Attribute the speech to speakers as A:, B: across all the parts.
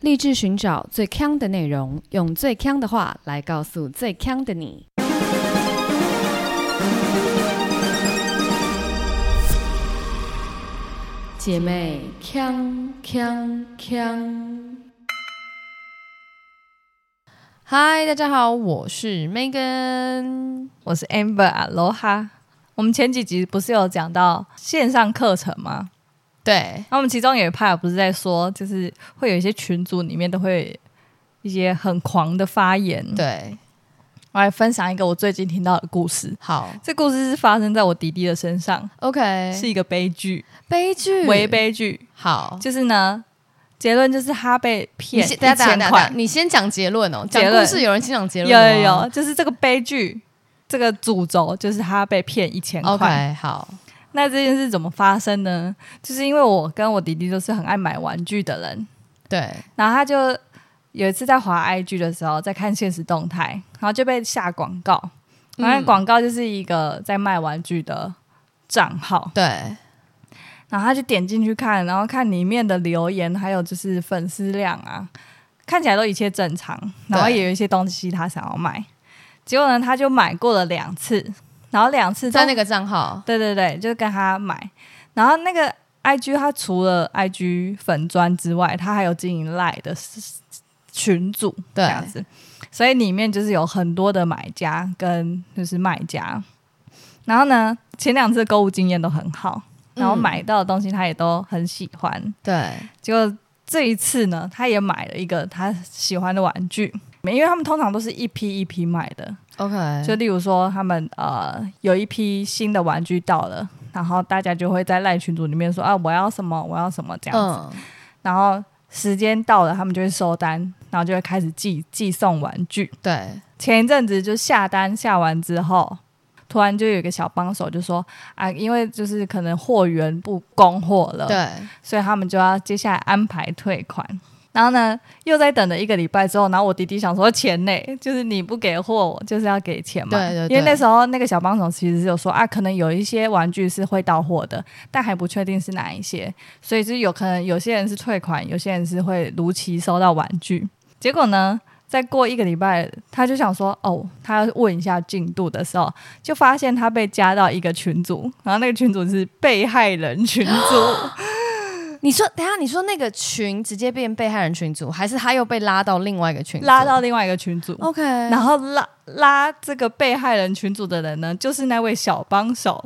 A: 立志寻找最强的内容，用最强的话来告诉最强的你。姐妹，强强强！
B: 嗨，大家好，我是 Megan。
C: 我是 Amber Aloha。我们前几集不是有讲到线上课程吗？
B: 对，
C: 那我们其中有一派不是在说，就是会有一些群组里面都会一些很狂的发言。，
B: 对，
C: 我来分享一个我最近听到的故事。
B: 好
C: 这故事是发生在我弟弟的身上，
B: ，OK，
C: 是一个悲剧，
B: 悲剧，
C: 为，悲剧。
B: 好，
C: 就是呢，结论就是他被
B: 哦你
C: 骗
B: 先，
C: 一
B: 等一下等一
C: 千
B: 下等一下，
C: 块。
B: 你先讲结论哦。讲
C: 结
B: 故
C: 论
B: 事有人先讲结
C: 有
B: 论哦的吗，
C: 有有，就是这个悲剧，这个主轴就是他被骗一千块。
B: ，OK，好，
C: 那这件事怎么发生呢？就是因为我跟我弟弟都是很爱买玩具的人，
B: 对，
C: 然后他就有一次在滑 IG 的时候，在看现实动态，然后就被下广告，然后那
B: 嗯
C: 广告就是一个在卖玩具的账号，
B: 对，
C: 然后他就点进去看，然后看里面的留言，还有就是粉丝量啊，看起来都一切正常，然后也有一些东西他想要买，结果呢，他就买过了两次，然后两次都
B: 在那个账号，
C: 对对对，就是跟他买。然后那个 IG，他除了 IG 粉砖之外，他还有经营 Line 的 s- 群组这
B: 对
C: 样子，所以里面就是有很多的买家跟就是卖家。然后呢，前两次购物经验都很好，然后
B: 嗯
C: 买到的东西他也都很喜欢。
B: 对，
C: 结果这一次呢，他也买了一个他喜欢的玩具，因为他们通常都是一批一批买的，
B: ，OK，
C: 就例如说，他们呃有一批新的玩具到了，然后大家就会在赖群组里面说啊，我要什么，我要什么这样子。
B: 嗯，
C: 然后时间到了，他们就会收单，然后就会开始寄寄送玩具。
B: 对，
C: 前一阵子就下单下完之后，突然就有一个小帮手就说啊，因为就是可能货源不供货了，
B: 对，
C: 所以他们就要接下来安排退款。然后呢，又在等了一个礼拜之后，然后我弟弟想说钱呢，就是你不给货，我就是要给钱嘛。
B: 对对对
C: 因为那时候那个小帮手其实是有说啊，可能有一些玩具是会到货的，但还不确定是哪一些，所以就是有可能有些人是退款，有些人是会如期收到玩具。结果呢，再过一个礼拜，他就想说哦，他要问一下进度的时候，就发现他被加到一个群组，然后那个群组是被害人群组。
B: 你说，等一下你说那个群直接变被害人群组，还是他又被拉到另外一个群组？
C: 拉到另外一个群组，
B: OK，
C: 然后拉拉这个被害人群组的人呢，就是那位小帮手。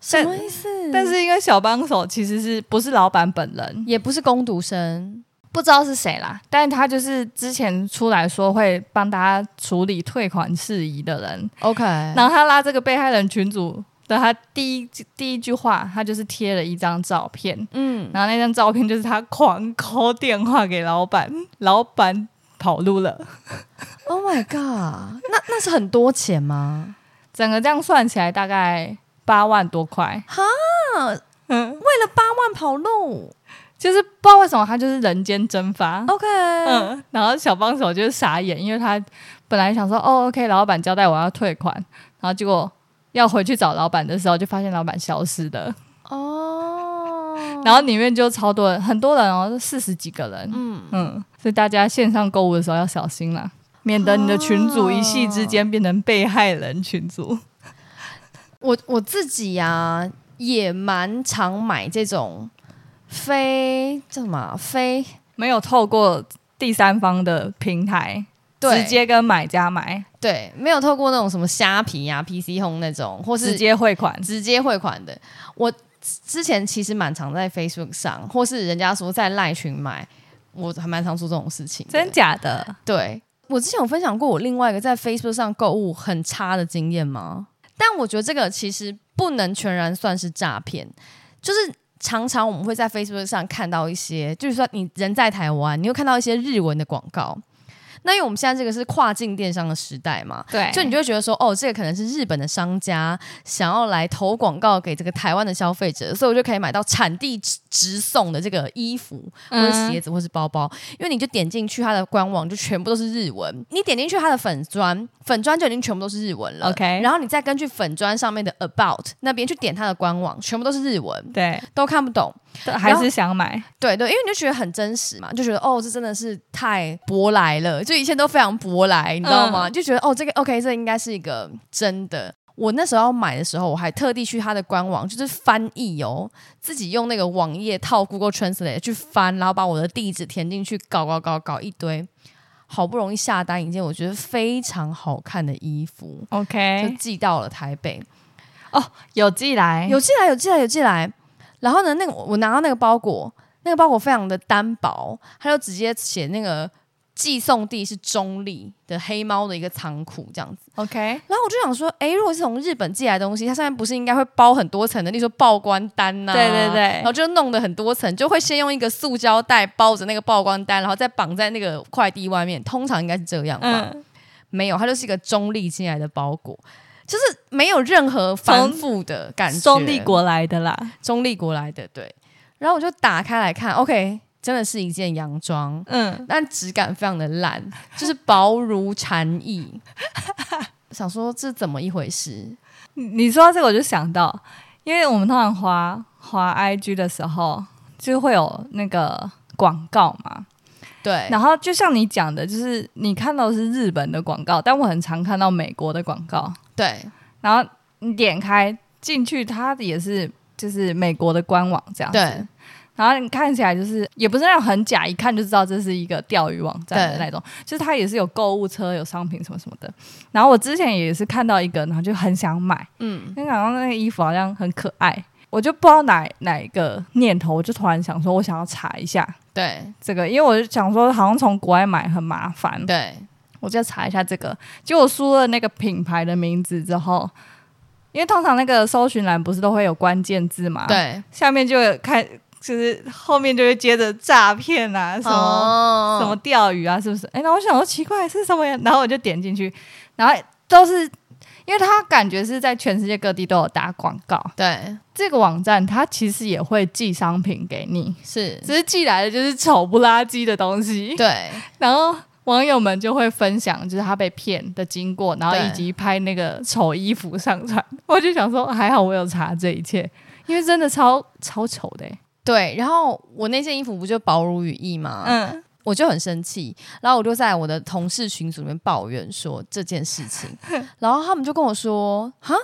B: 什
C: 但
B: 么意思？
C: 但是因为小帮手其实是不是老板本人，
B: 也不是攻读生，
C: 不知道是谁啦，但他就是之前出来说会帮大家处理退款事宜的人。
B: OK，
C: 然后他拉这个被害人群组的，他第一第一句话，他就是贴了一张照片，
B: 嗯，
C: 然后那张照片就是他狂 call 电话给老板，老板跑路了。
B: Oh my god，那那是很多钱吗？
C: 整个这样算起来大概八万多块。哈，嗯，
B: 万跑路
C: 就是不知道为什么他就是人间蒸发。
B: ，OK，啊
C: 嗯，然后小帮手就是傻眼，因为他本来想说，哦，OK，老板交代我要退款，然后结果要回去找老板的时候，就发现老板消失了，
B: 哦，
C: 然后里面就超多人，很多人哦，四十几个人，嗯嗯，所以大家线上购物的时候要小心啦，免得你的群主一夕之间变成被害人群
B: 哦
C: 主。
B: 我我自己呀、也蛮常买这种非叫什么啊非
C: 没有透过第三方的平台，
B: 对
C: 直接跟买家买，
B: 对，没有透过那种什么虾皮呀、PC Home 那种，或是
C: 直接汇款。
B: 直接汇款的。我之前其实蛮常在 Facebook 上，或是人家说在赖群买，我还蛮常做这种事情的。
C: 真假的？
B: 对我之前有分享过我另外一个在 Facebook 上购物很差的经验吗？但我觉得这个其实不能全然算是诈骗，就是常常我们会在 Facebook 上看到一些，就是说你人在台湾，你会看到一些日文的广告。那因为我们现在这个是跨境电商的时代嘛，
C: 对
B: 就你就会觉得说，哦，这个可能是日本的商家想要来投广告给这个台湾的消费者，所以我就可以买到产地直直送的这个衣服，或者鞋子，或是包包，因为你就点进去它的官网，就全部都是日文。你点进去它的粉砖，粉砖就已经全部都是日文了。
C: OK
B: 然后你再根据粉砖上面的 About 那边去点它的官网，全部都是日文，
C: 对，
B: 都看不懂。
C: 但还是想买，
B: 对对，因为你就觉得很真实嘛，就觉得哦，这真的是太舶来了，就一切都非常舶来，你知道吗？就觉得哦，这个 OK，这应该是一个真的。我那时候要买的时候，我还特地去它的官网，就是翻译哦，自己用那个网页套 Google Translate 去翻，然后把我的地址填进去，搞搞搞搞一堆，好不容易下单一件我觉得非常好看的衣服，就
C: OK，
B: 寄到了台北。
C: 有寄来，
B: 有寄来，有寄来，有寄来。然后呢，那个我我拿到那个包裹，那个包裹非常的单薄，它就直接写那个寄送地是中立的黑猫的一个仓库这样子。
C: OK，
B: 然后我就想说，诶，如果是从日本寄来的东西，它上面不是应该会包很多层的，例如说报关单呐、
C: 对对对
B: 然后就弄得很多层，就会先用一个塑胶袋包着那个报关单，然后再绑在那个快递外面，通常应该是这样吧？
C: 嗯，
B: 没有，它就是一个中立进来的包裹。就是没有任何繁复的感觉，
C: 中立国来的啦，
B: 中立国来的，对。然后我就打开来看，OK，真的是一件洋装，
C: 嗯，
B: 但质感非常的烂， 就是薄如蝉翼。想说这怎么一回事？
C: 你你说到这个我就想到，因为我们通常滑滑 IG 的时候，就会有那个广告嘛，
B: 对，
C: 然后就像你讲的，就是你看到的是日本的广告，但我很常看到美国的广告，
B: 对，
C: 然后你点开进去，它也是就是美国的官网这样子。
B: 对，
C: 然后你看起来就是也不是那种很假，一看就知道这是一个钓鱼网站的
B: 对
C: 那种，就是它也是有购物车、有商品什么什么的。然后我之前也是看到一个，然后就很想买，
B: 嗯，
C: 因为想到那个衣服好像很可爱，我就不知道哪哪一个念头，我就突然想说，我想要查一下
B: 对，
C: 这个，因为我就想说好像从国外买很麻烦，
B: 对，
C: 我就查一下这个。结果输了那个品牌的名字之后，因为通常那个搜寻栏不是都会有关键字嘛，，
B: 对，
C: 下面就有看，就是后面就会接着诈骗啊，什么、
B: 哦
C: 什么钓鱼啊，是不是？哎，然后我想说奇怪是什么呀？然后我就点进去，然后都是因为它感觉是在全世界各地都有打广告，
B: 对，
C: 这个网站它其实也会寄商品给你，
B: 是，
C: 只是寄来的就是丑不拉几的东西，
B: 对，
C: 然后。网友们就会分享，就是他被骗的经过，然后
B: 对
C: 以及拍那个丑衣服上传。我就想说，还好我有查这一切，因为真的超超丑的、欸。
B: 对。然后我那件衣服不就薄如羽翼吗？
C: 嗯，
B: 我就很生气，然后我就在我的同事群组里面抱怨说这件事 情，然后他们就跟我说：“哈，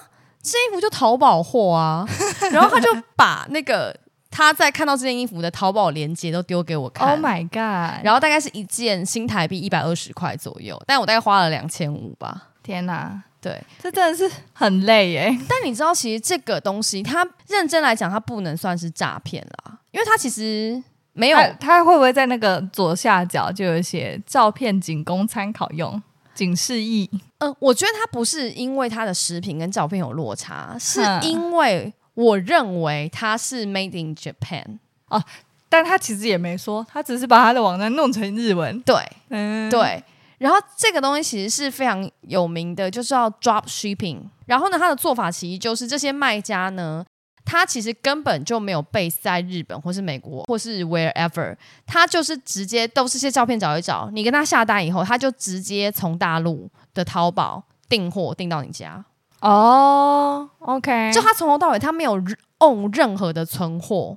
B: 这件衣服就淘宝货啊。” 然后他就把那个他在看到这件衣服的淘宝链接都丢给我看
C: Oh my god！
B: 然后大概是一件新台币一百二十块左右，但我大概花了两千五吧。
C: 天哪，
B: 对，
C: 这真的是很累耶。
B: 但你知道，其实这个东西，它认真来讲，它不能算是诈骗啦，因为它其实没有
C: 他他会不会在那个左下角就有写照片仅供参考用，仅示意？
B: 嗯，我觉得它不是因为它的食品跟照片有落差，是
C: 嗯
B: 因为我认为它是 made in Japan。
C: 但他其实也没说，他只是把他的网站弄成日文。
B: 对
C: 嗯，
B: 对，然后这个东西其实是非常有名的，就是要 drop shipping。然后呢，它的做法其实就是这些卖家呢。他其实根本就没有 base 在日本或是美国或是 wherever，他就是直接都是些照片找一找，你跟他下单以后，他就直接从大陆的淘宝订货订到你家。
C: 哦，OK，
B: 就他从头到尾他没有 own 任何的存货，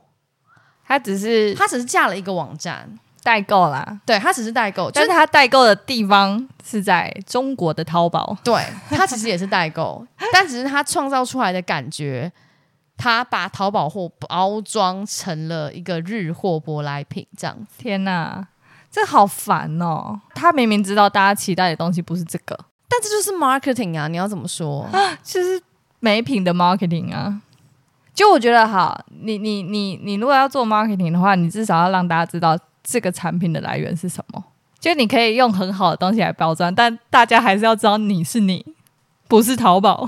C: 他只是
B: 他只是架了一个网站，
C: 代购啦，
B: 对他只是代购，就
C: 但
B: 是
C: 是他代购的地方是在中国的淘宝。
B: 对他其实也是代 购，但只是他创造出来的感觉，他把淘宝货包装成了一个日货舶来品这样子。
C: 天哪，这好烦哦！他明明知道大家期待的东西不是这个，
B: 但这就是 marketing 啊，你要怎么 说？
C: 就是美品的 marketing 啊。就我觉得好，你你你你如果要做 marketing 的话，你至少要让大家知道这个产品的来源是什么。就你可以用很好的东西来包装，但大家还是要知道你是你，不是淘宝。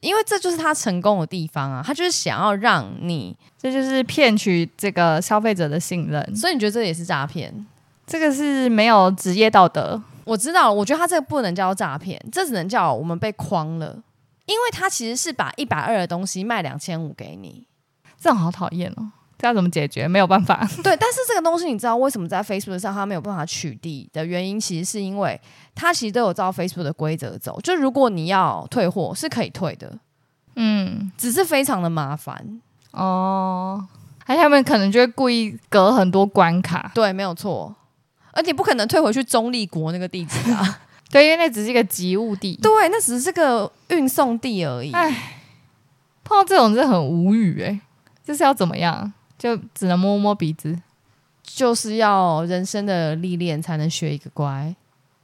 B: 因为这就是他成功的地方啊，他就是想要让你，
C: 这就是骗取这个消费者的信任，
B: 所以你觉得这也是诈骗？
C: 这个是没有职业道德。
B: 我知道了，我觉得他这个不能叫诈骗，这只能叫我们被诓了，因为他其实是把一百二的东西卖两千五给你，
C: 这种好讨厌哦！这要怎么解决？没有办法，
B: 对，但是这个东西你知道为什么在 Facebook 上它没有办法取缔的原因，其实是因为它其实都有照 Facebook 的规则走。就如果你要退货是可以退的，
C: 嗯，
B: 只是非常的麻烦。
C: 哦，而且他们可能就会故意隔很多关卡，
B: 对，没有错，而且不可能退回去中立国那个地址啊。
C: 对，因为那只是一个集物地。
B: 对，那只是个运送地而已。
C: 唉，碰到这种真的很无语哎、这是要怎么样？就只能摸摸鼻子。
B: 就是要人生的历练才能学一个乖。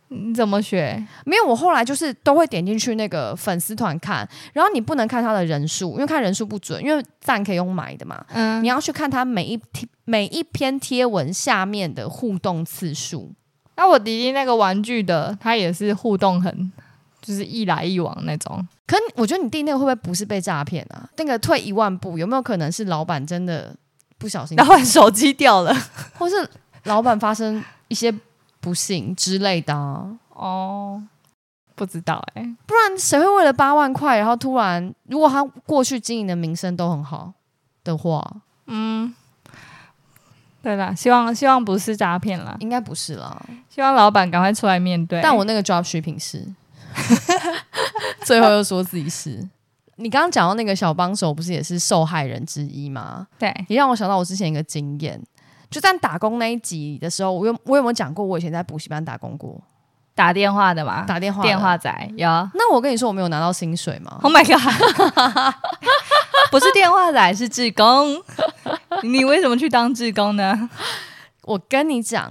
C: 你怎么学？
B: 没有，我后来就是都会点进去那个粉丝团看，然后你不能看他的人数，因为看人数不准，因为赞可以用买的嘛。
C: 嗯
B: 你，要去看他每一贴每一篇贴文下面的互动次数。
C: 那我弟弟那个玩具的，他也是互动很，就是一来一往那种。
B: 可你我觉得你弟那个会不会不是被诈骗啊？那个退一万步，有没有可能是老板真的不小心，
C: 然后手机掉了。
B: 或是老板发生一些不幸之类的、啊？
C: 哦，不知道哎、
B: 不然谁会为了八万块，然后突然如果他过去经营的名声都很好的话，
C: 嗯，对啦，希望希望不是诈骗啦，
B: 应该不是啦。
C: 希望老板赶快出来面对。
B: 但我那个 drop shipping 是， 最后又说自己是。你刚刚讲到那个小帮手，不是也是受害人之一吗？
C: 对，
B: 也让我想到我之前一个经验，就在打工那一集的时候，我有我有没有讲过我以前在补习班打工过，
C: 打电话的嘛，
B: 打电话的
C: 电话。仔有。
B: 那我跟你说，我没有拿到薪水吗？
C: Oh my god！不是电话仔，是志工。 你为什么去当志工呢？
B: 我跟你讲，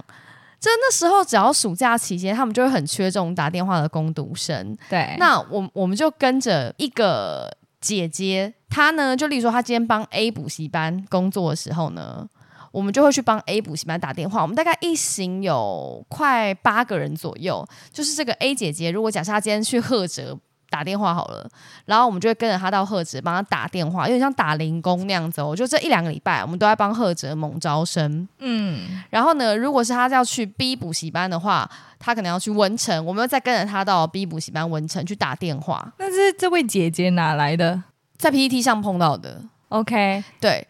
B: 就那时候只要暑假期间，他们就会很缺这种打电话的工读生。
C: 对，
B: 那我我们就跟着一个姐姐，她呢，就例如说她今天帮 A 补习班工作的时候呢，我们就会去帮 A 补习班打电话。我们大概一行有快八个人左右，就是这个 A 姐姐，如果假设她今天去赫哲。打电话好了，然后我们就会跟着她到赫哲帮她打电话，有点像打零工那样子、哦。就这一两个礼拜，我们都在帮赫哲猛招生。
C: 嗯，
B: 然后呢，如果是他要去 B 补习班的话，他可能要去文成，我们又再跟着他到 B 补习班文成去打电话，
C: 那是这位姐姐哪来的
B: 在 PPT 上碰到的。
C: ？OK，
B: 对，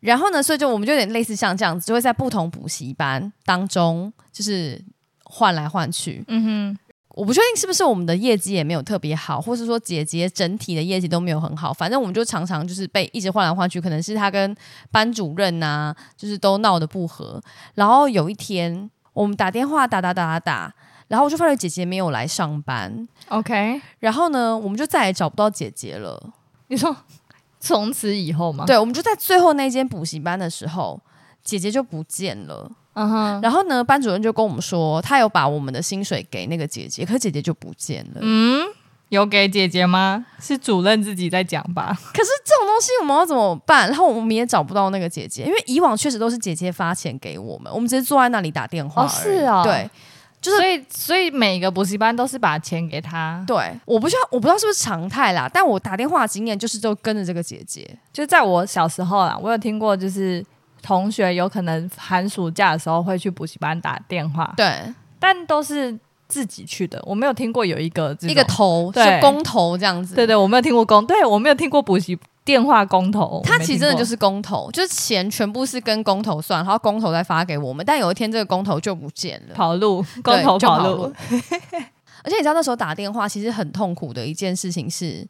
B: 然后呢，所以就我们就有点类似像这样子，就会在不同补习班当中，就是换来换去。
C: 嗯
B: 我不确定是不是我们的业绩也没有特别好，或是说姐姐整体的业绩都没有很好，反正我们就常常就是被一直换来换去，可能是她跟班主任呐、就是都闹得不和。然后有一天我们打电话打打打打打，然后我就发现姐姐没有来上班，
C: 哼，OK。
B: 然后呢，我们就再也找不到姐姐了。
C: 你说从此以后吗？，
B: 对，我们就在最后那间补习班的时候，姐姐就不见了。
C: 嗯哼，
B: 然后呢，班主任就跟我们说，他有把我们的薪水给那个姐姐，可姐姐就不见了。
C: 嗯，有给姐姐吗？是主任自己在讲吧？
B: 可是这种东西我们要怎么办？然后我们也找不到那个姐姐，因为以往确实都是姐姐发钱给我们，我们只是坐在那里打电话而
C: 哦
B: 已。
C: 是哦
B: 对就是
C: 所以，所以每个补习班都是把钱给他，
B: 对，我不知道我不知道是不是常态啦，但我打电话的经验就是都跟着这个姐姐。
C: 就在我小时候啊啦，我有听过，就是同学有可能寒暑假的时候会去补习班打电话，
B: 对，
C: 但都是自己去的，我没有听过有一个这种
B: 一个头
C: 对
B: 是公头这样子。
C: 对对，我没有听过公，对我没有听过补习电话公投，
B: 他其实真的就是是公投，就是钱全部是跟公投算，然后公投再发给我们。但有一天这个公投就不见了，
C: 跑路，公
B: 对
C: 投
B: 就
C: 跑
B: 跑
C: 路，。
B: 而且你知道那时候打电话其实很痛苦的一件事情是，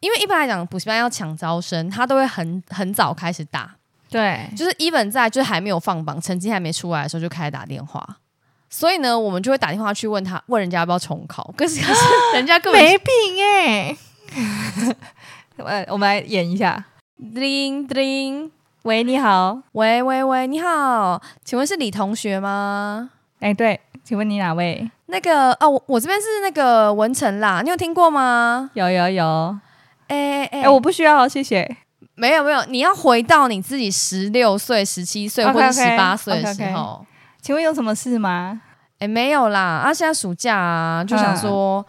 B: 因为一般来讲补习班要抢招生，他都会很很早开始打，
C: 对，
B: 就是 even 在就是还没有放榜，成绩还没出来的时候就开始打电话。所以呢，我们就会打电话去问他，问人家要不要重考。可是可 是人家根本
C: 没品哎、呃， 我们来演一下。
B: 叮叮，
C: 喂，你好。
B: 喂喂喂，你好，请问是李同学吗？
C: 哎、对，请问你哪位？
B: 那个哦，我我这边是那个文成啦，你有听过吗？
C: 有有有。
B: 哎哎哎
C: 哎、我不需要，谢谢。
B: 没有没有，你要回到你自己十六岁、十七岁或
C: OK，OK，
B: 者十八岁的时
C: OK，OK
B: 候。
C: 请问有什么事吗？
B: 哎、没有啦，啊，现在暑假啊，就
C: 嗯
B: 想说、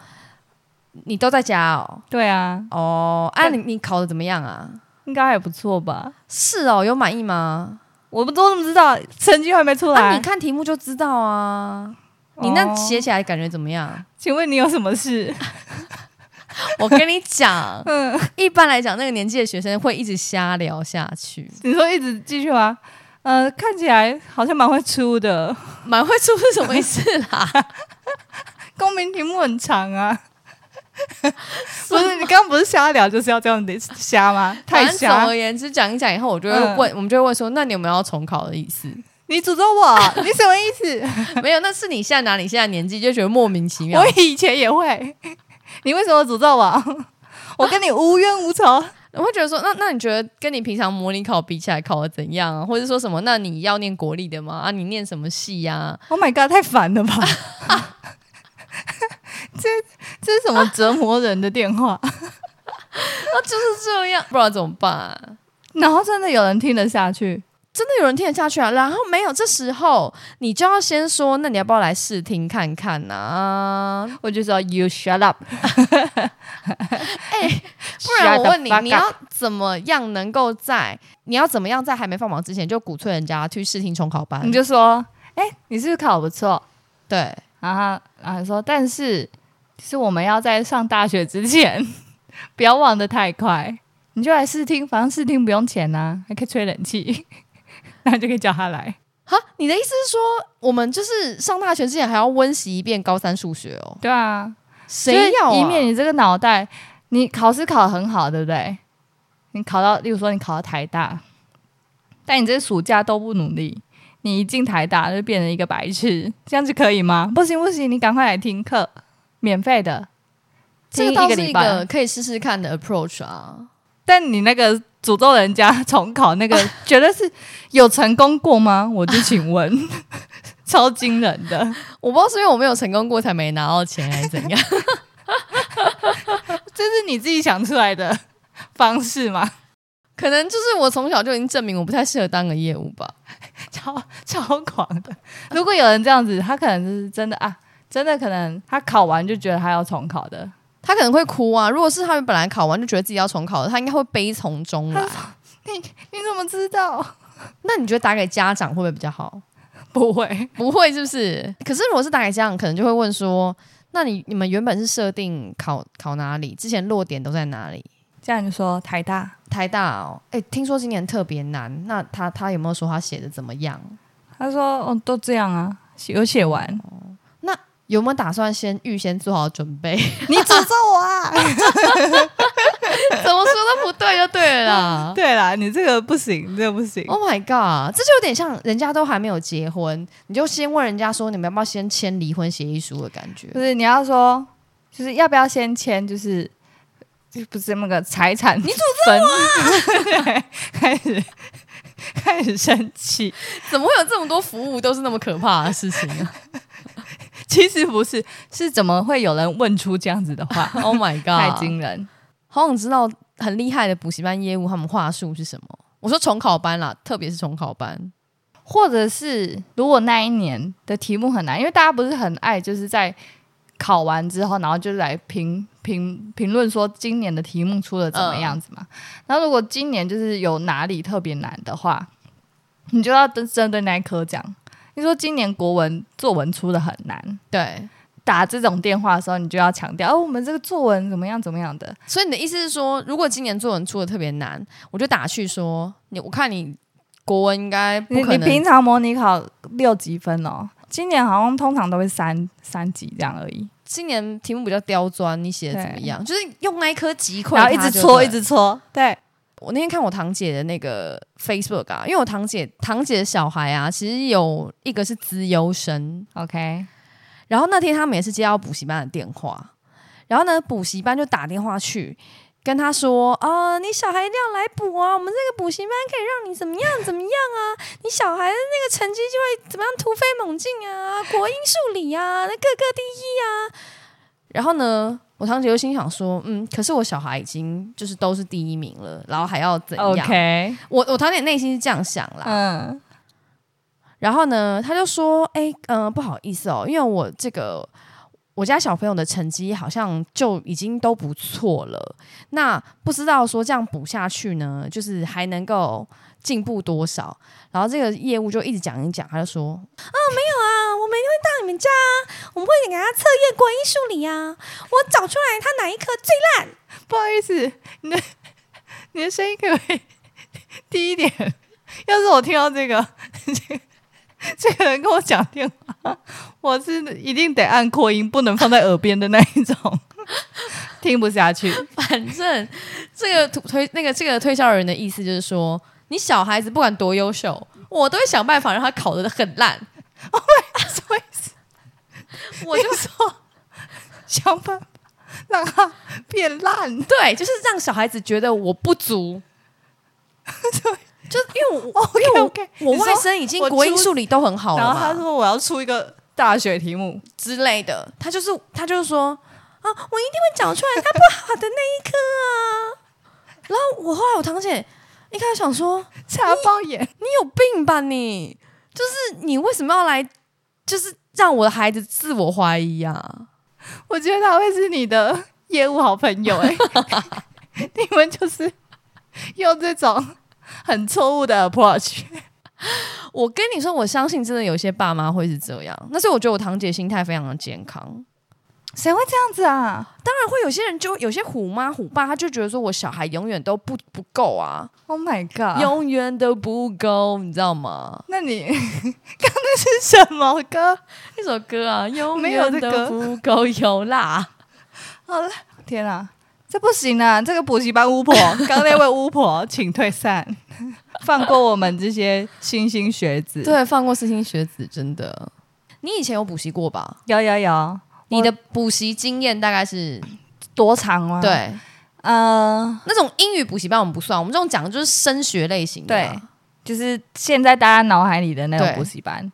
B: 你都在家哦。
C: 对啊，
B: 哦，啊，
C: 对
B: 你你考的怎么样啊？
C: 应该还不错吧？
B: 是哦，有满意吗？
C: 我不都怎么知道？成绩还没出来。
B: 啊，你看题目就知道啊。你那
C: 哦
B: 写起来感觉怎么样？
C: 请问你有什么事？
B: 哦我跟你 讲，一般来讲，那个年纪的学生会一直瞎聊下去，
C: 你说一直继续吗？呃，看起来好像蛮会出的，
B: 蛮会出是什么意思 啦？
C: 公民题目很长啊。 不是你刚刚不是瞎聊，就是要这样子瞎吗？太
B: 反正总
C: 瞎
B: 而！言之，讲一讲以后，我就会
C: 嗯
B: 问，我们就会问说，那你有没有要重考的意 思？
C: 你诅咒我，你什么意思？
B: 没有，那是你现在拿你现在年纪就觉得莫名其妙
C: 我。以前也会， 你为什么诅咒我？ 我跟你无冤无仇。
B: 我会觉得说，那那你觉得跟你平常模拟考比起来考的怎样啊？或者说什么？那你要念国立的吗？啊，你念什么系啊呀、
C: Oh my god，太烦了吧！ 这这是什么折磨人的电话？
B: 那就是这样，不然怎么办、
C: 然后真的有人听得下去？
B: 真的有人听得下去啊？然后没有，这时候你就要先说，那你要不要来试听看看啊？
C: 我就说 You shut up。
B: 不然我问你
C: Shut the
B: 你
C: fuck，up
B: 要怎么样能够在你要怎么样在还没放榜之前就鼓吹人家去试听重考班？
C: 你就说，哎、你是不是考得不错？
B: 对，
C: 然后然后说，但是是我们要在上大学之前， 不要忘得太快。你就来试听，反正试听不用钱呐、还可以吹冷气， 那就可以叫他来。
B: 哈，你的意思是说，我们就是上大学之前还要温习一遍高三数学哦？
C: 对啊，
B: 谁要、
C: 就
B: 啊？
C: 是以免你这个脑袋，你考试考得很好，对不对？你考到，例如说你考到台大，但你这暑假都不努力，你一进台大就变成一个白痴，这样子可以吗？不行不行，你赶快来听课，免费的，
B: 这
C: 听
B: 个倒
C: 个
B: 是
C: 礼
B: 一
C: 拜
B: 个。可以试试看的 approach 啊。
C: 但你那个诅咒人家重考 那个，觉得是有成功过吗？我就请问， 超惊人的，
B: 我不知道是因为我没有成功过才没拿到钱，还是怎样？
C: 这是你自己想出来的方式吗？
B: 可能就是我从小就已经证明我不太适合当个业务吧。
C: 超超狂的。如果有人这样子，他可能就是真的啊，真的可能他考完就觉得他要重考的，
B: 他可能会哭啊。如果是他们本来考完就觉得自己要重考的，他应该会悲从中来。
C: 你怎么知道？
B: 那你觉得打给家长会不会比较好？
C: 不会，
B: 不会是不是？可是如果是打给家长，可能就会问说：那你你们原本是设定考考哪里？之前落点都在哪里？
C: 这样就说台大，
B: 台大哦，哎，听说今年特别难。那他他有没有说他写的怎么样？
C: 他说哦，都这样啊，写有写完，
B: 有没有打算先预先做好准备？
C: 你诅咒我啊！
B: 怎么说都不对就对了啦。
C: 对啦，你这个不行，这个不行。
B: Oh my god，这就有点像人家都还没有结婚，你就先问人家说你们要不要先签离婚协议书的感觉
C: 就。是你要说，就是要不要先签，就是就不是那个财产，你诅咒我、啊对， 开始开始生气。
B: 怎么会有这么多服务都是那么可怕的事情啊呢
C: 其实不是，是怎么会有人问出这样子的 话？
B: ？Oh my
C: 太
B: god，
C: 惊人！
B: 好想知道很厉害的补习班业务他们话术是什么。我说重考班啦，特别是重考班，
C: 或者是如果那一年的题目很难，因为大家不是很爱，就是在考完之后，然后就来评评评论说今年的题目出的怎么样子嘛。然后如果今年就是有哪里特别难的话，你就要针针对那一科讲。你说今年国文作文出的很难，
B: 对。
C: 打这种电话的时候，你就要强调哦，我们这个作文怎么样怎么样的。
B: 所以你的意思是说，如果今年作文出的特别难，我就打去说你，我看你国文应该
C: 你
B: 不可
C: 你
B: 能。
C: 平常模拟考六级分哦，今年好像通常都会三三级这样而已，
B: 今年题目比较刁钻，你写的怎么样？就是用那一颗击溃
C: 然
B: 它就
C: 后
B: 对了，
C: 一直搓一直搓，对，
B: 我那天看我堂姐的那个 Facebook 啊，因为我堂姐堂姐的小孩啊，其实有一个是资优生，
C: OK，
B: 然后那天他们也是接到补习班的电话，然后呢，补习班就打电话去。跟他说啊、你小孩一定要来补啊！我们这个补习班可以让你怎么样怎么样啊？你小孩的那个成绩就会怎么样突飞猛进啊！国英数理啊，那各个第一啊。然后呢，我堂姐就心想说，嗯，可是我小孩已经就是都是第一名了，然后还要怎样
C: OK，
B: 我我堂姐内心是这样想啦，
C: 嗯，
B: 然后呢，她就说：“哎、嗯、不好意思哦，因为我这个我家小朋友的成绩好像就已经都不错了，那不知道说这样补下去呢，就是还能够进步多少？”哦然后这个业务就一直讲一讲，他就说：“啊，没有啊，我们一定会到你们家啊，我们会会给他测验过艺术里呀，啊我找出来他哪一科最烂。
C: 不好意思，你的你的声音可不可以低一点？要是我听到这个， 这个人跟我讲电话，我是一定得按扩音，不能放在耳边的那一种， 听不下去。
B: 反正这个推推那个这个推销人的意思就是说，你小孩子不管多优秀，我都会想办法让他考得很 烂。
C: 什么意思？
B: 我就 说，
C: 想办法让它变烂。
B: 对，就是让小孩子觉得我不 足。就因为我
C: OK
B: 因为
C: OK，
B: 我
C: 你说
B: 外甥已经
C: 我
B: 国英
C: 出
B: 数理都很好了
C: 然
B: 嘛，
C: 后他说我要出一个大学题目，
B: 之类的，他就是他就是说啊，我一定会找出来他不好的那一科啊。然后我后来我堂姐一开始想说，
C: 插包眼。
B: 你有病吧你？就是你为什么要来，就是让我的孩子自我怀疑啊？
C: 我觉得他会是你的业务好朋友 哎、你们就是用这种很错误的 approach，
B: 我跟你说，我相信真的有些爸妈会是这样，但是我觉得我堂姐心态非常的健康。
C: 谁会这样子啊？
B: 当然会有些人就有些虎妈虎爸，他就觉得说我小孩永远都不不够啊，
C: Oh my god！，
B: 永远都不够，你知道吗？
C: 那你 刚才是什么歌？
B: 那首歌啊，永
C: 没有
B: 远
C: 这
B: 都不够有啦。
C: 好了，天啊，这不行啊！这个补习班巫 婆，刚那位巫婆，请退散，放过我们这些新兴学子。，
B: 对，放过私心学子，真的。你以前有补习过吧？
C: 有有有，
B: 你的补习经验大概是
C: 多长啊？，
B: 对
C: 呃，
B: 那种英语补习班我们不算，我们这种讲的就是升学类型的啊嘛。
C: 对就是现在大家脑海里的那种
B: 对
C: 补习班，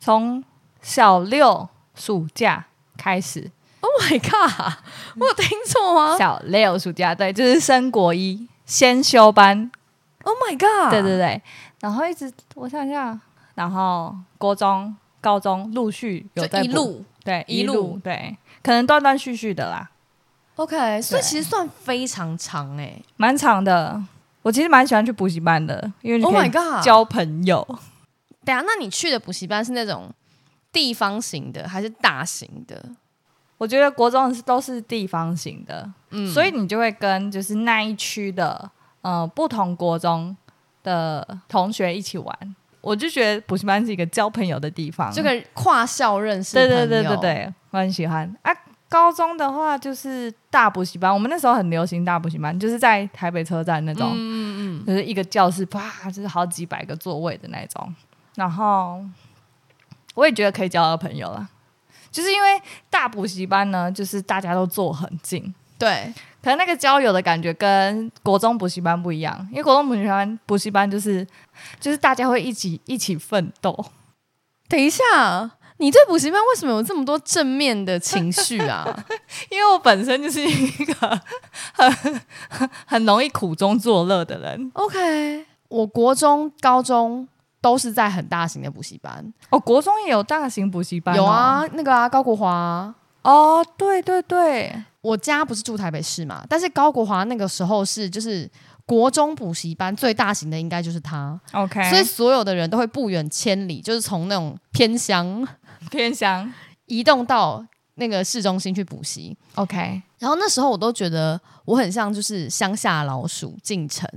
C: 从小六暑假开始，
B: Oh my god！我有听错吗
C: 小六暑假对，就是升国一先修班，
B: ？Oh my god！
C: 对对对，然后一直我想一下，然后国中、高中陆续有在
B: 就一
C: 补
B: 路
C: 对
B: 一
C: 一路
B: 路
C: 对，可能断断续续的啦，
B: OK，所以
C: 对
B: 其实算非常长哎、
C: 蛮长的。我其实蛮喜欢去补习班的，因为你
B: Oh
C: 可
B: my
C: 以
B: god！
C: 交朋友。
B: 等一下，那你去的补习班是那种地方型的还是大型的？
C: 我觉得国中是都是地方型的，
B: 嗯
C: 所以你就会跟就是那一区的呃不同国中的同学一起玩。我就觉得补习班是一个交朋友的地方，啊
B: 这个跨校认识
C: 对对对
B: 朋
C: 对
B: 友，
C: 对，我很喜欢啊。高中的话就是大补习班，我们那时候很流行大补习班，就是在台北车站那种，
B: 嗯嗯
C: 就是一个教室啪，就是好几百个座位的那种。然后我也觉得可以交到朋友啦，就是因为大补习班呢，就是大家都坐很近，
B: 嗯，对，
C: 可能那个交友的感觉跟国中补习班不一样，因为国中补习班补习班就是就是大家会一起一起奋斗。
B: 等一下，你对补习班为什么有这么多正面的情绪 啊？
C: 因为我本身就是一个 很很很容易苦中作乐的人。
B: OK，我国中、高中都是在很大型的补习班，
C: 哦，国中也有大型补习班、
B: 有，啊，那个啊，高国华啊、
C: 哦，对对对，
B: 我家不是住台北市嘛，但是高国华那个时候是就是国中补习班最大型的，应该就是他，
C: ，OK，
B: 所以所有的人都会不远千里，就是从那种偏乡
C: 偏乡
B: 移动到那个市中心去补习。
C: ，OK，
B: 然后那时候我都觉得我很像就是乡下老鼠进 城，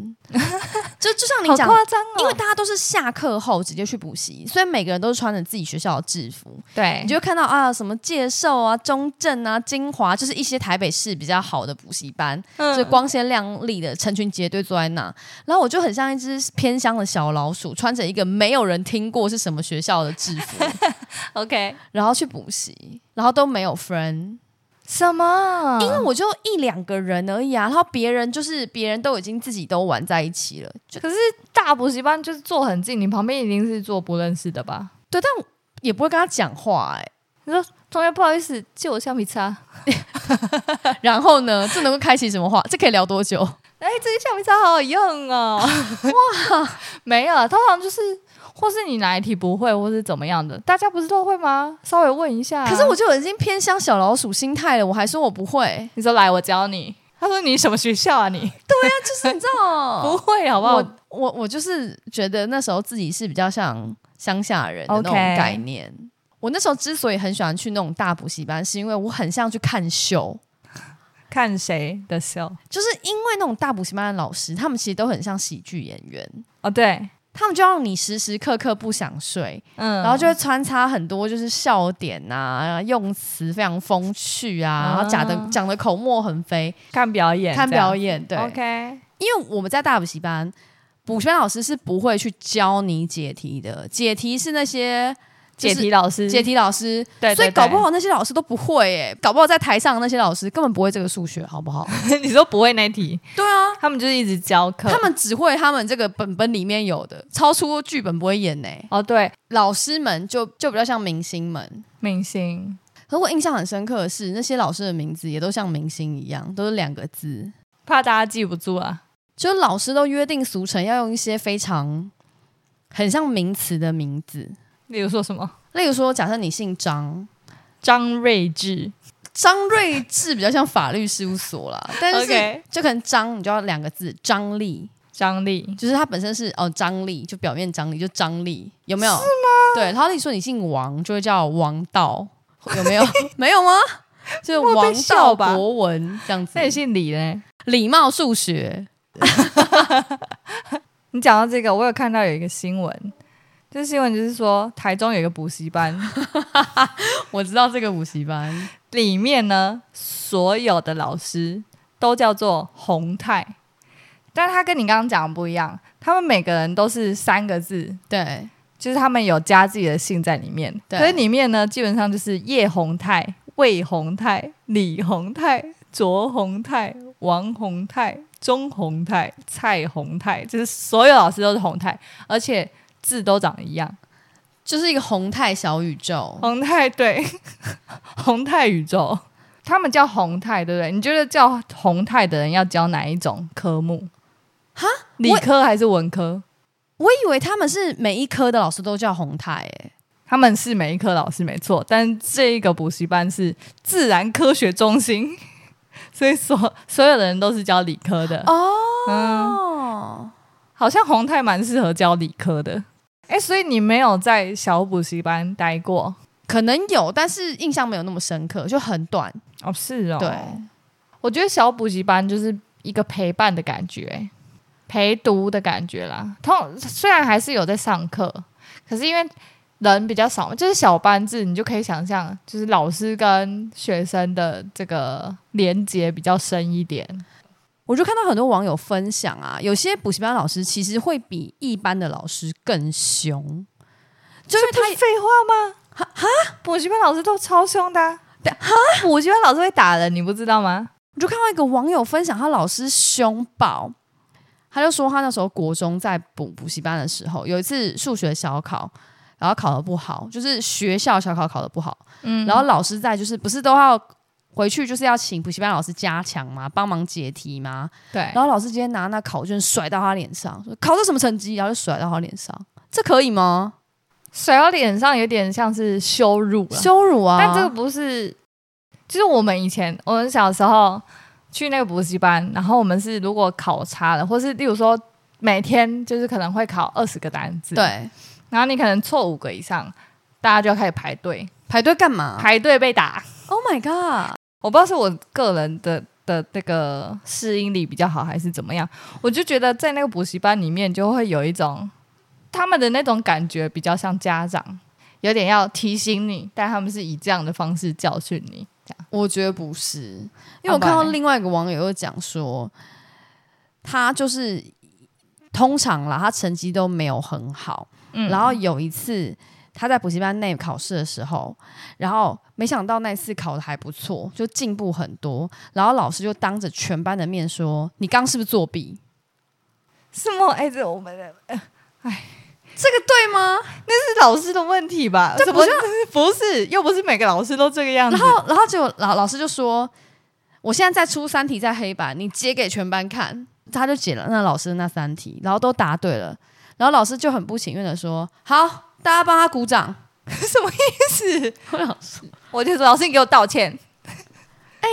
B: 就就像你
C: 好
B: 讲，
C: 夸张
B: 因为
C: 哦，
B: 大家都是下课后直接去补习，所以每个人都是穿着自己学校的制服。
C: 对
B: 你就会看到啊，什么介寿啊、中正啊、金华，就是一些台北市比较好的补习班，就光鲜亮丽的成群结队坐在那。然后我就很像一只偏乡的小老鼠，穿着一个没有人听过是什么学校的制服，
C: OK，
B: 然后去补习，然后都没有 friend。
C: 什么？
B: 因为我就一两个人而已啊，然后别人就是别人都已经自己都玩在一起了，就
C: 可是大补习班就是坐很近，你旁边一定是坐不认识的吧？
B: 对，但我也不会跟他讲话哎、
C: 你说同学不好意思，借我橡皮擦。
B: 然后呢，这能够开启什么话？这可以聊多久？
C: 哎，这些橡皮擦好好用哦！ 哇，没有，啊通常就是，或是你哪一题不会，或是怎么样的，大家不是都会吗？稍微问一下啊。
B: 可是我就已经偏向小老鼠心态了，我还说我不会，
C: 你说来，我教你。他说你什么学校啊你？
B: 那就是你知道，
C: 不会好不好？
B: 我我我就是觉得那时候自己是比较像乡下人的那种
C: OK
B: 概念。我那时候之所以很喜欢去那种大补习班，是因为我很像去看秀，
C: 看谁的秀
B: 就是因为那种大补习班的老师，他们其实都很像喜剧演员，
C: 哦，对，
B: 他们就让你时时刻刻不想睡，
C: 嗯，
B: 然后就会穿插很多就是笑点啊，用词非常风趣啊，然后讲的讲的口沫横飞，
C: 看表演，
B: 看表
C: 演，
B: 演对。
C: ，OK，
B: 因为我们在大补习班，补习班老师是不会去教你解题的，解题是那些
C: 解
B: 就是
C: 题老师，
B: 解题老师，
C: 对对
B: 所以
C: 对
B: 搞不好那些老师都不会诶、搞不好在台上的那些老师根本不会这个数学，好不好？
C: 你说不会那题，
B: 对啊，
C: 他们就是一直教 课，
B: 他们只会他们这个本本里面有的，超出剧本不会演呢、
C: 哦，对，
B: 老师们就就比较像明星们。
C: 明星
B: 可我印象很深刻的是，那些老师的名字也都像明星一样，都是两个字。
C: 怕大家记不住啊，
B: 就老师都约定俗成要用一些非常很像名词的名字，
C: 例如说什么
B: 例如说，假设你姓张，
C: 张睿智，
B: 张睿智比较像法律事务所 啦，但是
C: OK
B: 就可能张你就要两个字，张力，
C: 张力，
B: 就是它本身是哦张力，就表面张力就张力，有没有？是吗？对，然后你说你姓王，就会叫王道，有 没有？没有吗？就是
C: 我被
B: 王道
C: 笑吧
B: 博文这样子
C: 那，你姓李嘞？
B: 礼貌数学，
C: 你讲到这个，我有看到有一个新闻，这新闻就是说台中有一个补习班，
B: 我知道这个补习班，
C: 里面呢，所有的老师都叫做宏泰，但是他跟你刚刚讲的不一样，他们每个人都是三个字，
B: 对，
C: 就是他们有加自己的姓在里面。
B: 对
C: 可是里面呢，基本上就是叶宏泰、魏宏泰、李宏泰、卓宏泰、王宏泰、钟宏泰、蔡宏泰，就是所有老师都是宏泰，而且字都长一样。
B: 就是一个宏泰小宇宙，
C: 宏泰对， 宏泰宇宙，他们叫宏泰，对不对？你觉得叫宏泰的人要教哪一种科目？
B: 哈，
C: 理
B: 我
C: 科还是文科？
B: 我以为他们是每一科的老师都叫宏泰、欸，
C: 他们是每一科老师没错，但这一个补习班是自然科学中心， 所以所所有的人都是教理科的。
B: 哦
C: 嗯，
B: 哦，
C: 好像宏泰蛮适合教理科的。哎，所以你没有在小补习班待过？
B: 可能有，但是印象没有那么深刻，就很短。
C: 哦，是哦
B: 对，
C: 我觉得小补习班就是一个陪伴的感觉，陪读的感觉啦。通虽然还是有在上课，可是因为人比较少嘛，就是小班制，你就可以想象，就是老师跟学生的这个连接比较深一点。
B: 我就看到很多网友分享啊，有些补习班老师其实会比一般的老师更凶，就是他
C: 废话吗？哈，补习班老师都超凶的、
B: 对
C: 哈，补习班老师会打人，你不知道吗？
B: 我就看到一个网友分享，他老师凶爆，他就说他那时候国中在补补习班的时候，有一次数学小考，然后考得不好，就是学校小考考得不好，
C: 嗯
B: 然后老师在就是不是都要回去就是要请补习班老师加强嘛，帮忙解题嘛，
C: 对，
B: 然后老师今天拿那考卷甩到他脸上，说考到什么成绩，然后就甩到他脸上，这可以吗？
C: 甩到脸上有点像是羞辱了。
B: 羞辱啊！
C: 但这个不是，就是我们以前我们小时候去那个补习班，然后我们是如果考差了，或是例如说每天就是可能会考二十个单字，，
B: 对
C: 然后你可能错五个以上，大家就要开始排队，
B: 排队干嘛
C: 排队被打。
B: ？Oh my god！
C: 我不知道是我个人的的那个适应力比较好，还是怎么样，我就觉得在那个补习班里面就会有一种他们的那种感觉比较像家长，有点要提醒你，但他们是以这样的方式教训你，这样。
B: 我觉得不是，因为
C: 要
B: 我
C: 不
B: 看
C: 然
B: 到
C: 嘞
B: 另外一个网友又讲说，他就是通常啦，他成绩都没有很好，
C: 嗯
B: 然后有一次他在补习班内考试的时候，然后没想到那次考的还不错，就进步很多，然后老师就当着全班的面说：“你刚是不是作弊？
C: 什么？哎、这我们的
B: 这个对吗
C: 是老师的问题吧？
B: 这
C: 怎
B: 不
C: 么
B: 是
C: 不啊是，又不是每个老师都这个样？”子
B: 然。后，然后就老老师就说：“我现在在出三题在黑板，你解给全班看。”他就解了那老师的那三题，然后都答对了，然后老师就很不情愿的说：“好，大家帮他鼓掌。
C: 什么意思？我就说老师，你给我道歉。 哎、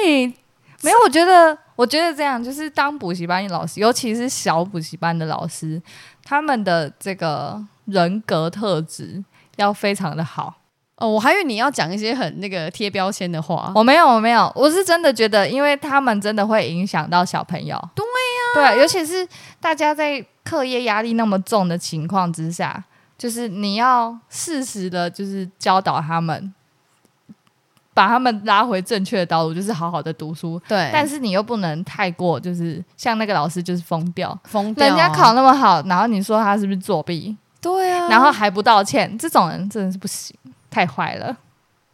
C: 没有，我觉得，我觉得这样就是当补习班老师，尤其是小补习班的老师，他们的这个人格特质要非常的好。”
B: 哦，我还以为你要讲一些很那个贴标签的话。
C: 我没有，我没有，我是真的觉得，因为他们真的会影响到小朋友。对呀、对，尤其是大家在课业压力那么重的情况之下，就是你要适时的，就是教导他们，把他们拉回正确的道路，就是好好的读书。
B: 对，
C: 但
B: 是
C: 是你又不能太过，就是像那个老师就是疯掉，
B: 疯掉啊
C: 人家考那么好，然后你说他是不是作弊，
B: 对啊，
C: 然后还不道歉，这种人真的是不行，太坏了。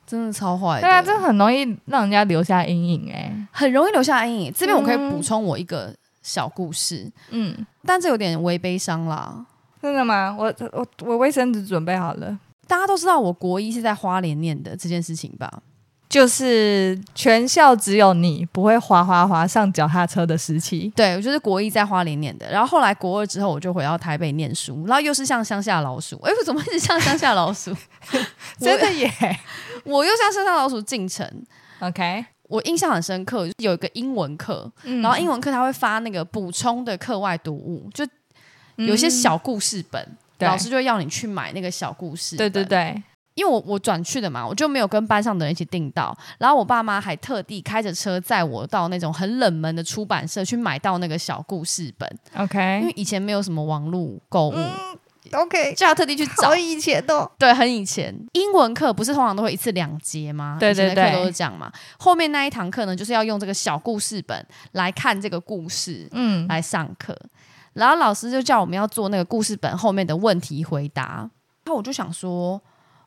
B: 真的超坏的，
C: 对啊，这很容易让人家留下阴影哎、
B: 很容易留下阴影。这边我可以
C: 嗯
B: 补充我一个小故事，
C: 嗯。
B: 但这有点微悲伤啦。
C: 真的吗？我我我卫生纸准备好了，
B: 大家都知道我国一是在花莲念的这件事情吧？
C: 就是全校只有你不会滑滑滑上脚踏车的时期。
B: 对，我就是国一在花莲念的，然后后来国二之后我就回到台北念书，然后又是像乡下老鼠，哎，我怎么一直像乡下老 鼠？
C: 真的耶
B: 我我又像乡下老鼠进城。
C: ，OK，
B: 我印象很深刻，就是有一个英文课，
C: 嗯
B: 然后英文课他会发那个补充的课外读物，就有一些小故事本，
C: 嗯对
B: 老师就会要你去买那个小故事。
C: 嗯对对，对，
B: 因为我我转去的嘛，我就没有跟班上的人一起订到，然后我爸妈还特地开着车载我到那种很冷门的出版社去买到那个小故事本，因为
C: OK
B: 以前没有什么网络购物，
C: OK，
B: 就要特地去找。
C: 以前哦，
B: 对，很以前英文课不是通常都会一次两节吗？
C: 对
B: 以前
C: 对
B: 的课
C: 对
B: 都是这样嘛。后面那一堂课呢，就是要用这个小故事本来看这个故事
C: 嗯，
B: 来上课，然后老师就叫我们要做那个故事本后面的问题回答。然后我就想说，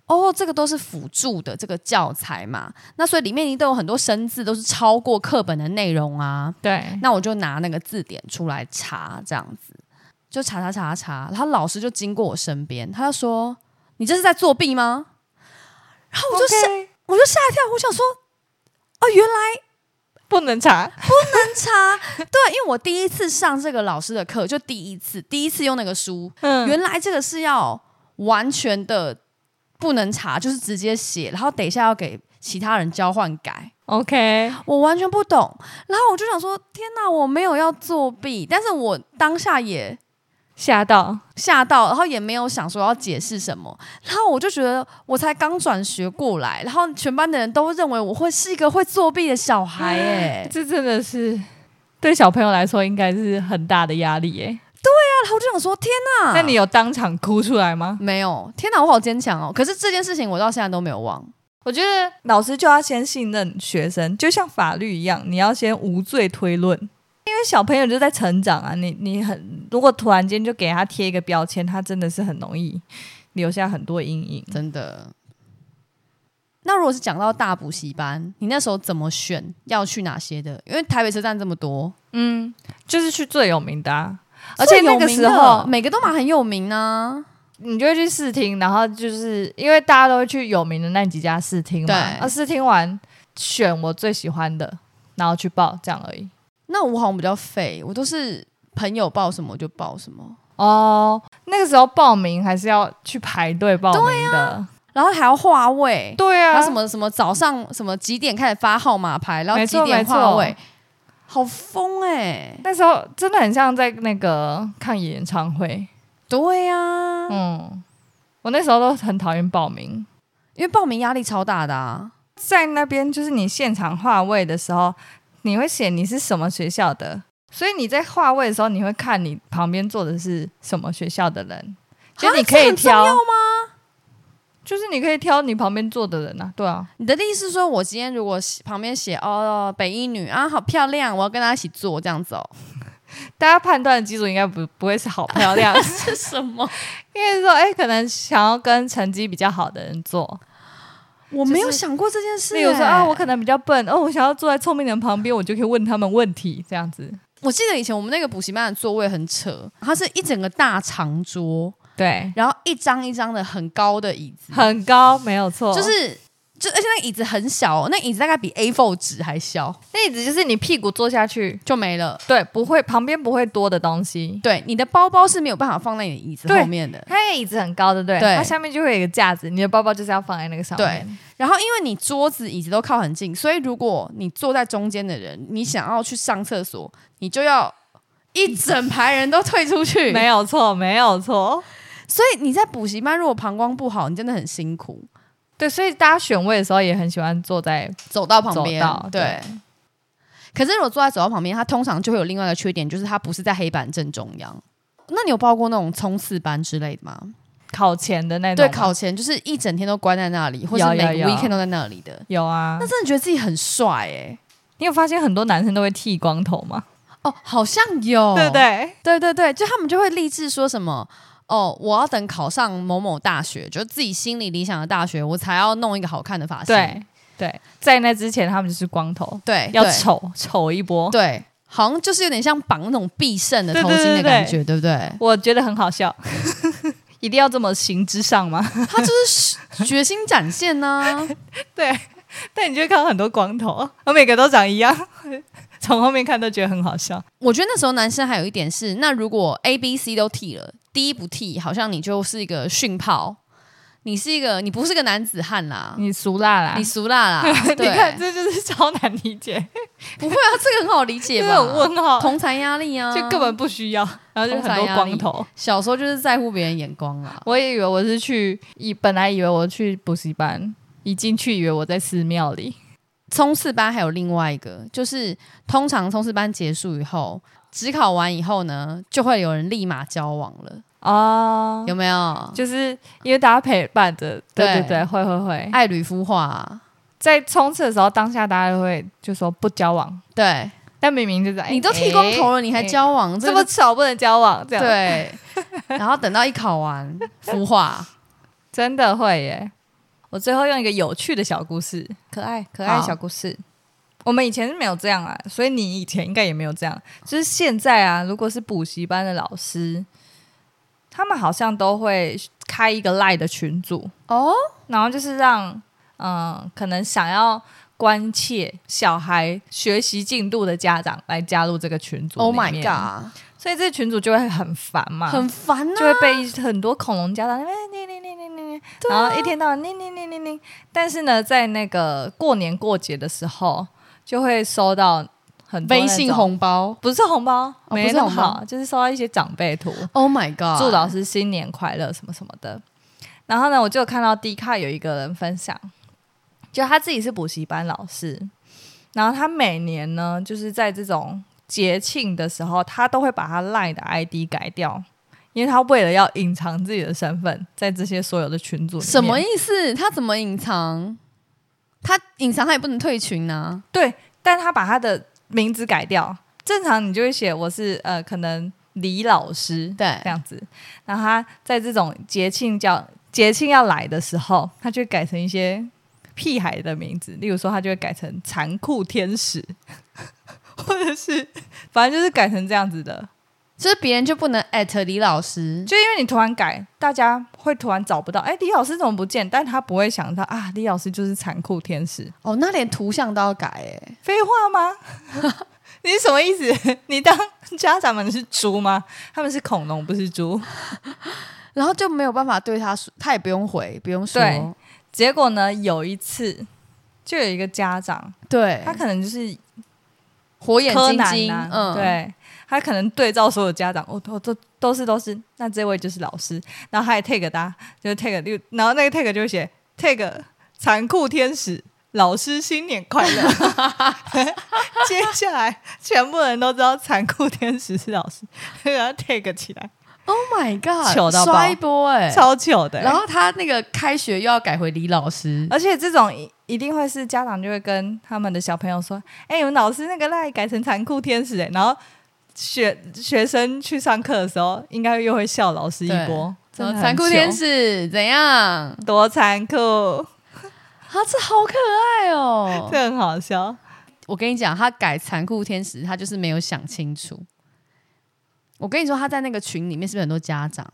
B: 哦，这个都是辅助的这个教材嘛，那所以里面一定都有很多生字都是超过课本的内容啊。
C: 对，
B: 那我就拿那个字典出来查，这样子就查查查查，然后老师就经过我身边，他就说：“你这是在作弊吗？”然后我就吓
C: OK，
B: 我就吓一跳，我想说：“哦，原来
C: 不能查，
B: 能查对，因为我第一次上这个老师的课，就第一次，第一次用那个书，
C: 嗯，
B: 原来这个是要完全的不能查，就是直接写，然后等一下要给其他人交换改。”
C: OK，
B: 我完全不懂。然后我就想说，天哪，我没有要作弊，但是我当下也
C: 吓到，
B: 吓到，然后也没有想说要解释什么。然后我就觉得，我才刚转学过来，然后全班的人都认为我会是一个会作弊的小 孩、哎，
C: 这真的是对小朋友来说应该是很大的压力耶。
B: 啊然后我就想说，天哪，
C: 那你有当场哭出来吗？
B: 没有？天哪，我好坚强哦！可是这件事情我到现在都没有忘。
C: 我觉得老师就要先信任学生，就像法律一样，你要先无罪推论，因为小朋友就在成长啊。你你很如果突然间就给他贴一个标签，他真的是很容易留下很多阴影。
B: 真的。那如果是讲到大补习班，你那时候怎么选要去哪些的？因为台北车站这么多，
C: 嗯，就是去最有名的、啊，而
B: 最
C: 且
B: 有
C: 那个
B: 名
C: 时
B: 的
C: 候
B: 每个都蛮很有名啊呢、
C: 你就会去试听，然后就是因为大家都会去有名的那几家试听嘛，
B: 对
C: 啊，试听完选我最喜欢的，然后去报，这样而已。
B: 那我好像比较废，我都是朋友报什么我就报什么，
C: 哦，那个时候报名还是要去排队报名的。
B: 然后还要划位，
C: 对
B: 还
C: 啊，
B: 有什么什么早上什么几点开始发号码牌，然后
C: 没
B: 几
C: 错
B: 点划位
C: 没，
B: 好疯哎、
C: 那时候真的很像在那个看演唱会。
B: 对呀、啊，
C: 嗯，我那时候都很讨厌报名，
B: 因为报名压力超大的啊。
C: 在那边就是你现场划位的时候，你会写你是什么学校的，所以你在划位的时候，你会看你旁边坐的是什么学校的人，就
B: 啊
C: 你可
B: 这
C: 以
B: 很重
C: 挑
B: 要
C: 吗？就是你可以挑你旁边坐的人啊，对啊，
B: 你的意思是说，我今天如果写旁边写哦北一女啊，好漂亮，我要跟她一起做这样子 哦，
C: 大家判断的基础应该不不会是好 漂亮，
B: 是什么？
C: 因为说，哎、可能想要跟成绩比较好的人做，
B: 我
C: 是
B: 没有想过这件事、欸。
C: 例如说啊，我可能比较笨，哦，我想要坐在聪明人旁边，我就可以问他们问题，这样子。
B: 我记得以前我们那个补习班的座位很扯，它是一整个大长桌，
C: 对，
B: 然后一张一张的很高的椅子，
C: 很高，没有错，
B: 就是就而且那个椅子很小、哦，那椅子大概比 A4 纸还小，
C: 那椅子，就是你屁股坐下去，
B: 就没了。
C: 对，不会旁边不会多的东西。
B: 对，你的包包是没有办法放在你的椅子
C: 对
B: 后面的。
C: 它那个椅子很高，对不对？
B: 对
C: 它下面就会有一个架子，你的包包就是要放在那个上面。
B: 然后因为你桌子、椅子都靠很近，所以如果你坐在中间的人，你想要去上厕所，你就要一整排人都退出去。
C: 没有错，没有错。
B: 所以你在补习班，如果膀胱不好，你真的很辛苦。
C: 对，所以大家选位的时候也很喜欢坐在
B: 走到旁边
C: 走道，
B: 对。
C: 对
B: 可是如果坐在走道旁边，它通常就会有另外一个缺点，就是它不是在黑板正中央。那你有报过那种冲刺班之类的吗？
C: 考前的那种
B: 对，
C: 吗。
B: 考前就是一整天都关在那里，或是
C: 有
B: 每
C: 有
B: 个
C: 有
B: weekend 都在那里的。
C: 有啊
B: 那，真的觉得自己很帅哎、
C: 你有发现很多男生都会剃光头吗？
B: 哦，好像有，
C: 对不对？
B: 对对对，就他们就会立志说什么哦，我要等考上某某大学，就是自己心里理想的大学，我才要弄一个好看的发型。
C: 对对，在那之前他们就是光头，
B: 对，
C: 要
B: 对
C: 丑丑一波。
B: 对，好像就是有点像绑那种必胜的
C: 对
B: 头
C: 对
B: 巾的
C: 对
B: 感
C: 对
B: 觉，对不对？
C: 我觉得很好笑， 一定要这么行之上吗？
B: 他就是决心展现啊呢、
C: 对， 但你就会看到很多光头，而每个都长一样， 从后面看都觉得很好笑。
B: 我觉得那时候男生还有一点是，那如果 A、B、C 都剃了，D 不剃，好像你就是一个逊炮，你是一个你不是个男子汉啦，
C: 你俗辣啦，
B: 你俗辣啦
C: 嗯 你看
B: 对，
C: 这就是超难理 解，
B: 不会啊，这个很好理解
C: 这
B: 吧？
C: 种问号
B: 同才压力啊，
C: 就根本不需要，然后就很多光头。
B: 小时候就是在乎别人眼光啊啦。
C: 我也以为我是去，以本来以为我去补习班，一进去以为我在寺庙里。
B: 冲刺班还有另外一个，就是通常冲刺班结束以后，只考完以后呢，就会有人立马交往了，
C: 哦
B: 有没有？
C: 就是因为大家陪伴着，对
B: 对
C: 对对，会会会，
B: 爱侣孵化、啊
C: 在冲刺的时候，当下大家都会就说不交往，
B: 对
C: 但明明就是哎
B: 你都剃光头了，
C: 哎
B: 你还交往，
C: 哎
B: 这
C: 这
B: 么
C: 么丑不能交往，这样，
B: 对，然后等到一考完孵化，
C: 真的会耶。我最后用一个有趣的小故事，可爱可
B: 爱
C: 爱
B: 的小
C: 小故事。我们以前是没有这样啊，所以你以前应该也没有这样。就是现在啊，如果是补习班的老师，他们好像都会开一个赖的群组，
B: 哦，
C: 然后就是让嗯、呃可能想要关切小孩学习进度的家长来加入这个群组
B: Oh
C: 里
B: my
C: 面
B: god，
C: 所以这群组就会很烦嘛，
B: 很烦啊！啊
C: 就会被很多恐龙家长哎你你你你你你，然后一天到晚你你你你你，但是呢，在那个过年过节的时候，就会收到很多那
B: 微
C: 种
B: 信。红包
C: 不是红包，
B: 不
C: 没
B: 是
C: 那么
B: 红包
C: 好，就是收到一些长辈图，
B: ，Oh my god，
C: 祝老师新年快乐什么什么的。然后呢，我就有看到 D 卡有一个人分享，就他自己是补习班老师，然后他每年呢，就是在这种节庆的时候，他都会把他 LINE 的 ID 改掉，因为他为了要隐藏自己的身份，在这些所有的群组里面
B: 什么意思？他怎么隐藏？他隐藏他也不能退群啊。
C: 对，但他把他的名字改掉，正常你就会写我是呃，可能李老师，
B: 对
C: 这样子。然后他在这种节庆叫节庆要来的时候，他就会改成一些屁孩的名字，例如说他就会改成残酷天使，或者是反正就是改成这样子的。
B: 就是别人就不能艾特李老师，
C: 就因为你突然改，大家会突然找不到，哎，李老师怎么不见？但他不会想到啊，李老师就是残酷天使，
B: 哦，那连图像都要改哎、
C: 废话吗？ 你是什么意思？ 你当家长们是猪吗？他们是恐龙，不是猪。
B: 然后就没有办法对他说，他也不用回，不用说，
C: 对结果呢，有一次就有一个家长，
B: 对
C: 他可能就是
B: 火眼
C: 柯
B: 金
C: 南
B: 睛，
C: 啊
B: 嗯，，
C: 对他可能对照所有家长，我我都都是都是，那这位就是老师，然后他也 take 他，就是 take，就然后那个 take 就会写 take 残酷天使。老师新年快乐！ 接下来全部人都知道残酷天使是老师， 然后 take 起来，
B: Oh my god，
C: 糗到爆
B: 刷一波哎、
C: 超糗的欸、
B: 然后他那个开学又要改回李老师，
C: 而且这种一一定会是家长就会跟他们的小朋友说：“哎、我们老师那个赖改成残酷天使、哎，然后学学生去上课的时候，应该又会笑老师一波。呃真
B: 然
C: 的
B: 后残
C: 很
B: 酷天
C: 糗
B: 使怎样？
C: 多残酷，
B: 啊，这好可爱哦！
C: 这很好笑。
B: 我跟你讲，他改残酷天使，他就是没有想清楚。我跟你说，他在那个群里面是不是很多家长？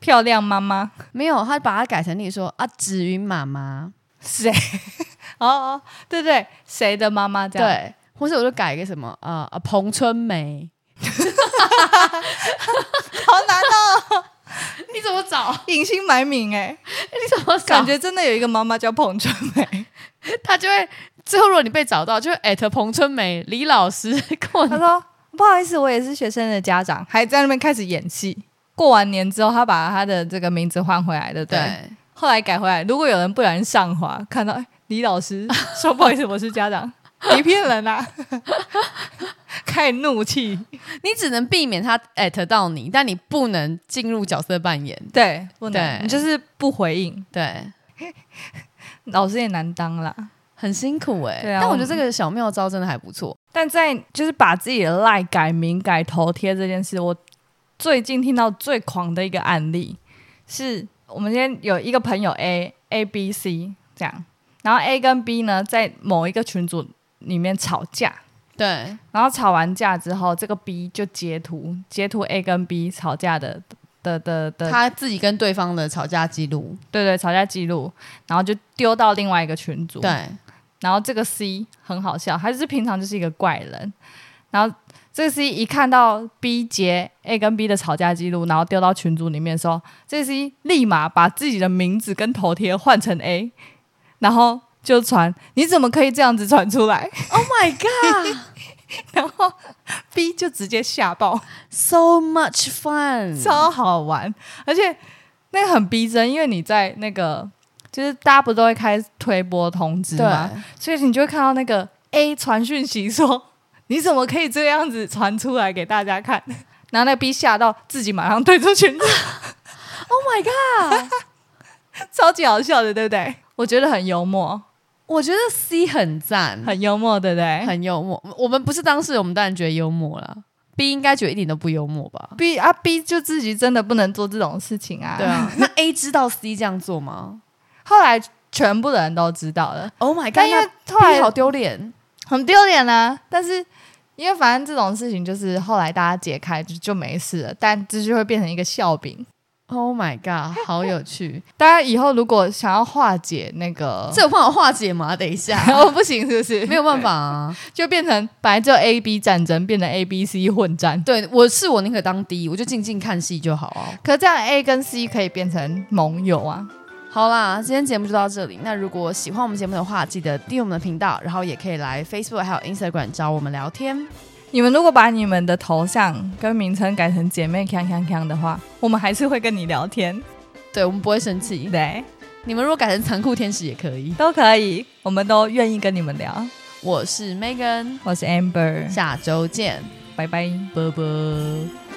C: 漂亮妈妈
B: 没有，他把它改成例如说啊，紫云妈妈，
C: 谁？ 哦哦，对对，谁的妈妈这样？
B: 对，或是我就改一个什么呃啊，彭春梅，
C: 好难 哦，
B: 你怎么找？
C: 隐姓埋名哎、
B: 你怎么找？
C: 感觉真的有一个妈妈叫彭春梅，
B: 他就会最后，如果你被找到，就会艾特彭春梅、李老师 跟我
C: 她说：“不好意思，我也是学生的家长，还在那边开始演戏。过完年之后，他把他的这个名字换回来，对不对？
B: 对，
C: 后来改回来，如果有人不小心上滑，看到哎李老师说不好意思，我是家长，你骗人啦、 开始怒气，
B: 你只能避免他艾特到你，但你不能进入角色扮演。
C: 对，不
B: 对
C: 能，你就是不回应，
B: 对，
C: 老师也难当啦。
B: 很辛苦哎、
C: 对啊
B: 但我觉得这个小妙招真的还不错。
C: 但在就是把自己的赖改名改头贴这件事，我最近听到最狂的一个案例是，我们今天有一个朋友 A A B C 这样，然后 A 跟 B 呢在某一个群组里面吵架，
B: 对，
C: 然后吵完架之后，这个 B 就截图截图 A 跟 B 吵架的的的的
B: 他自己跟对方的吵架记录，
C: 对对吵架记录，然后就丢到另外一个群组，
B: 对，
C: 然后这个 C 很好笑，他就是平常就是一个怪人，然后这个 C 一看到 B 截 A 跟 B 的吵架记录，然后丢到群组里面的时候，这个 C 立马把自己的名字跟头贴换成 A，然后就传你怎么可以这样子传出来？
B: Oh my god,
C: 然后 B 就直接吓爆，
B: so much fun！
C: 超好玩，而且那个很逼真，因为你在那个就是大家不都会开推播通知
B: 对
C: 吗？所以你就会看到那个 A 传讯息说：“ 你怎么可以这样子传出来给大家看？” 然后那个 B 吓到自己马上退出群组，
B: ，Oh my god！
C: 超级好笑的，对不对？我觉得很幽默，
B: 我觉得 C 很赞，
C: 很幽默，对不对
B: 很幽默。我们不是当事人，我们当然觉得幽默啦。B 应该觉得一点都不幽默吧？
C: ？B 啊 B 就自己真的不能做这种事情啊。
B: 对，啊， 那 A 知道 C 这样做吗
C: 后来全部的人都知道了，
B: ？Oh my god！
C: 但因为后来
B: B 好丢脸，
C: 很丢脸啊。但是因为反正这种事情就是后来大家解开就就没事了，但这就会变成一个笑柄。
B: Oh my god，好有趣！
C: 大家以后如果想要化解那 个，
B: 这有办法化解吗？等一 下，
C: 哦不行是不是？
B: 没有办法啊。
C: 就变成本来就 A B 战争，变成 A B C 混战。
B: 对我是我宁可当 D，我就静静看戏就好啊。
C: 可这样 A 跟 C 可以变成盟友啊！
B: 好啦，今天节目就到这里。那如果喜欢我们节目的话，记得订阅我们的频道，然后也可以来 Facebook 还有 Instagram 找我们聊天。
C: 你们如果把你们的头像跟名称改成姐妹锵锵锵的话，我们还是会跟你聊天，
B: 对我们不会生气。
C: 对，
B: 你们如果改成残酷天使也可以。
C: 都可以，我们都愿意跟你们聊。
B: 我是 Megan，
C: 我是 Amber，
B: 下周见，
C: 拜拜。
B: 啵啵。